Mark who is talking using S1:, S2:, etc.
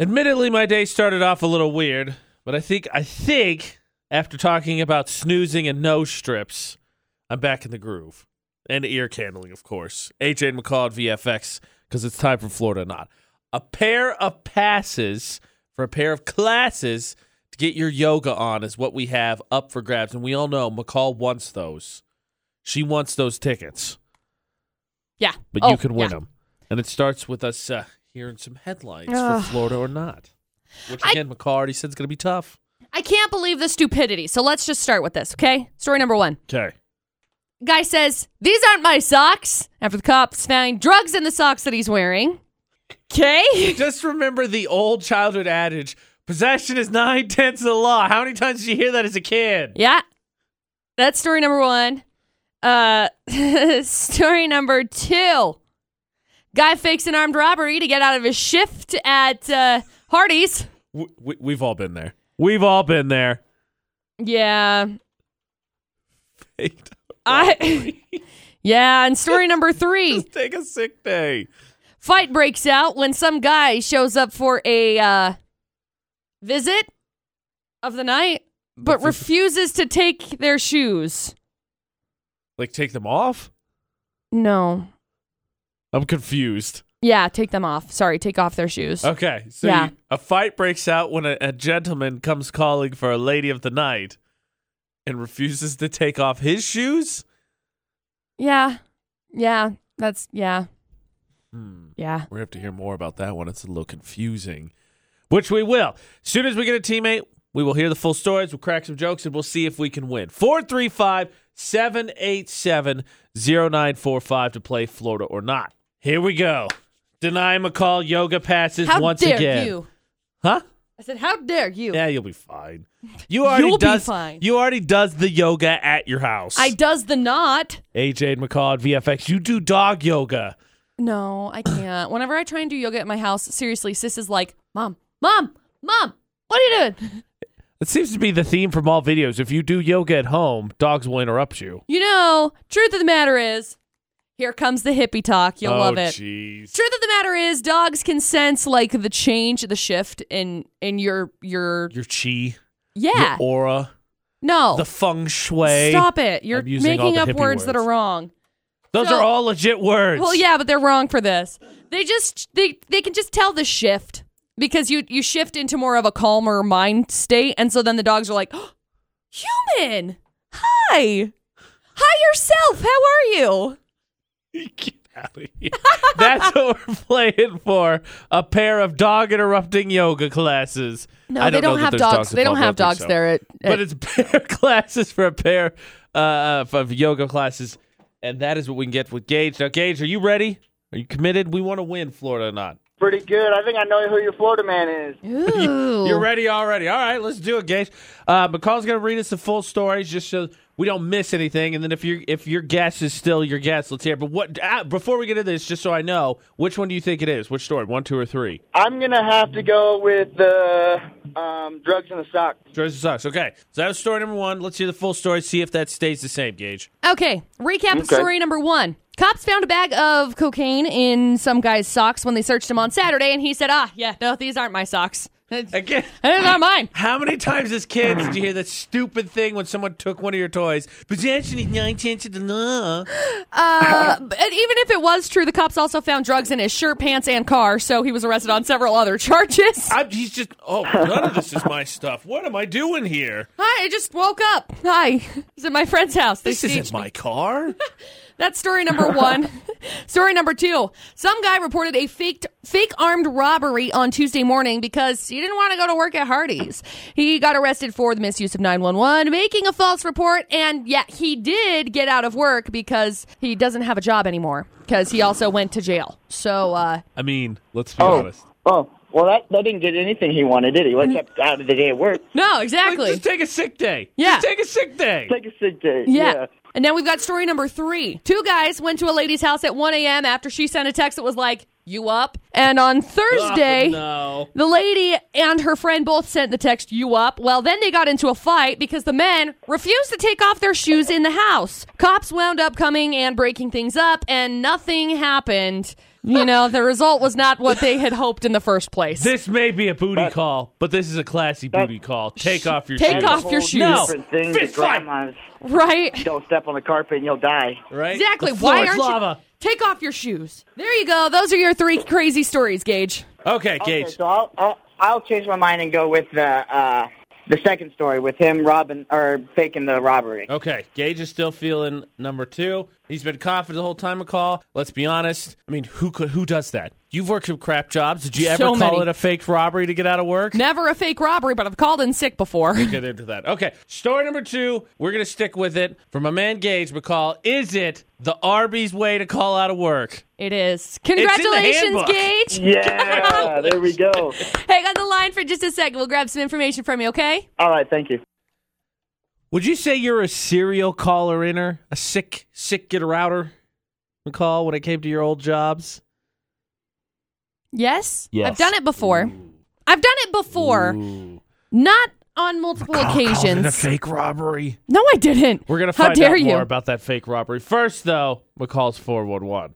S1: Admittedly, my day started off a little weird, but I think I think after talking about snoozing and nose strips, I'm back in the groove. And ear candling, of course. AJ and McCall at VFX, because it's time for Florida Not. A pair of passes for a pair of classes to get your yoga on is what we have up for grabs. And we all know McCall wants those. She wants those tickets,
S2: Oh, Yeah.
S1: but you can win them. And it starts with us uh, hearing some headlines
S2: Ugh.
S1: for Florida or not, which
S2: I-
S1: again, McCall already said is going to be tough.
S2: I can't believe the stupidity. So let's just start with this, okay? Story number one.
S1: Okay.
S2: Guy says, These aren't my socks. After the cops found drugs in the socks that he's wearing. Okay.
S1: Just remember the old childhood adage possession is nine tenths of the law. How many times did you hear that as a kid?
S2: yeah. That's story number one. Uh, story number two. Guy fakes an armed robbery to get out of his shift at uh, Hardee's.
S1: We, we, we've all been there. We've all been there.
S2: Yeah. I. yeah. And story number three.
S1: Just take a sick day.
S2: fight breaks out when some guy shows up for a uh, visit of the night, but refuses to take their shoes.
S1: Like, take them off?
S2: No.
S1: I'm confused.
S2: Yeah, take them off. Sorry, take off their shoes.
S1: Okay. So
S2: Yeah.
S1: you- a fight breaks out when a, a gentleman comes calling for a lady of the night and refuses to take off his shoes?
S2: Yeah. Yeah. That's, yeah.
S1: Hmm.
S2: Yeah.
S1: We're going to have to hear more about that one. It's a little confusing, which we will. As soon as we get a teammate, we will hear the full stories, we'll crack some jokes, and we'll see if we can win. 435 787 0945 to play Florida or not. Here we go. Deny McCall yoga passes
S2: How
S1: once
S2: dare
S1: again.
S2: you?
S1: Huh?
S2: I said, how dare you?
S1: Yeah, you'll be fine. You already
S2: You'll be
S1: does
S2: fine.
S1: you already does the yoga at your house.
S2: I does the not.
S1: AJ and McCall at VFX. You do dog yoga.
S2: No, I can't. Whenever I try and do yoga at my house, seriously, sis is like, Mom, Mom, Mom, what are you doing?
S1: It seems to be the theme from all videos. If you do yoga at home, dogs will interrupt you.
S2: You know, truth of the matter is, here comes the hippie talk.
S1: Oh,
S2: You'll love it.
S1: Jeez.
S2: Truth of the matter is, dogs can sense like the change, the shift in in your your
S1: Your chi,
S2: yeah.
S1: your aura,
S2: no,
S1: the feng shui.
S2: stop it. You're
S1: I'm using all
S2: making
S1: the
S2: up
S1: hippie
S2: words, that
S1: words.
S2: are wrong.
S1: Those
S2: No.
S1: are all legit words.
S2: Well, yeah, but they're wrong for this. They just they they can just tell the shift because you you shift into more of a calmer mind state, and so then the dogs are like, human, hi, hi yourself. How are you?
S1: Get out of here. That's what we're playing for. A pair of dog interrupting yoga classes.
S2: No,
S1: I don't
S2: they don't
S1: know that
S2: have
S1: there's
S2: dogs.
S1: dogs
S2: They don't
S1: involved. I don't
S2: have
S1: think
S2: dogs
S1: so.
S2: there. At,
S1: But
S2: at-
S1: it's pair classes for a pair uh, of- of yoga classes. And that is what we can get with Gage. Now, Gage, are you ready? Are you committed? We want to win Florida or not.
S3: Pretty good. I think I know who your Florida man is.
S2: Ooh.
S1: You're ready already. All right, let's do it, Gage. Uh, McCall's gonna read us the full stories just so we don't miss anything. And then if your if your guess is still your guess, let's hear. it. But what uh, before we get into this, just so I know, which one do you think it is? Which story? One, two, or three?
S3: I'm gonna have to go with the um, drugs in the sock.
S1: Jersey Sox. Okay, so that was story number one. Let's hear the full story. See if that stays the same, Gage.
S2: Okay, recap of
S3: Okay.
S2: story number one. Cops found a bag of cocaine in some guy's socks when they searched him on Saturday, and he said, "Ah, yeah, no, these aren't my socks. These
S1: Again.
S2: aren't mine."
S1: How many times as kids do you hear that stupid thing when someone took one of your toys? Possession is nine tenths of the law.
S2: Uh, but even if it was true, the cops also found drugs in his shirt, pants, and car, so he was arrested on several other charges.
S1: I'm, he's just, oh, none of this is my stuff. What am I doing here?
S2: Hi, I just woke up. Hi, it's at my friend's house. They
S1: This isn't
S2: staged me.
S1: my car.
S2: That's story number one. story number two. Some guy reported a faked, fake armed robbery on Tuesday morning because he didn't want to go to work at Hardee's. He got arrested for the misuse of 911, making a false report, and yeah, he did get out of work because he doesn't have a job anymore because he also went to jail. So, uh,
S1: I mean, let's be honest.
S3: oh, well that that didn't get anything he wanted, did he? What's up out of the day at work?
S2: no,
S1: Like,
S2: exactly.
S1: Just take a sick day.
S2: Yeah.
S1: Just take a sick day.
S3: Take a sick day.
S2: Yeah.
S3: yeah.
S2: And then we've got story number three. Two guys went to a lady's house at 1 a.m. after she sent a text that was like, You up? And on Thursday,
S1: Oh, no.
S2: the lady and her friend both sent the text, You up? Well, then they got into a fight because the men refused to take off their shoes in the house. Cops wound up coming and breaking things up, and nothing happened. You know, the result was not what they had hoped in the first place.
S1: This may be a booty call, but this is a classy booty call. Take off your
S2: Take
S1: shoes.
S2: off your shoes.
S1: No.
S3: Different things
S1: Fist
S3: that
S1: fight.
S3: grandmas
S2: right?
S3: don't step on the carpet and you'll die.
S1: Right?
S2: Exactly.
S1: The floor
S2: Why
S1: is
S2: aren't
S1: lava.
S2: you Take off your shoes. There you go. Those are your three crazy stories, Gage.
S1: Okay,
S3: Okay,
S1: Gage.
S3: so I'll, I'll I'll change my mind and go with the uh, the second story with him robbing or faking the robbery.
S1: Okay, Gage is still feeling number two. He's been confident the whole time of call. Let's be honest. I mean, who could who does that? You've worked some crap jobs. Did you ever
S2: So
S1: call
S2: many.
S1: it a fake robbery to get out of work?
S2: Never a fake robbery, but I've called in sick before.
S1: Get into that. Okay, story number two. We're gonna stick with it from my man Gage McCall. Is it the Arby's way to call out of work?
S2: It is.
S1: the
S2: Congratulations,
S1: handbook.
S2: Gage.
S3: Yeah, there we go.
S2: Hang on the line for just a second. We'll grab some information from you, okay?
S3: All right, thank you.
S1: Would you say you're a serial caller inner, a sick sick get router? McCall, when it came to your old jobs,
S2: Yes.
S1: Yes.
S2: I've done it before. I've done it before. Not on multiple
S1: Called it a
S2: occasions.
S1: fake robbery.
S2: No, I didn't.
S1: We're gonna
S2: How
S1: find
S2: dare
S1: out
S2: you?
S1: more about that fake robbery. First, though, McCall's four one one.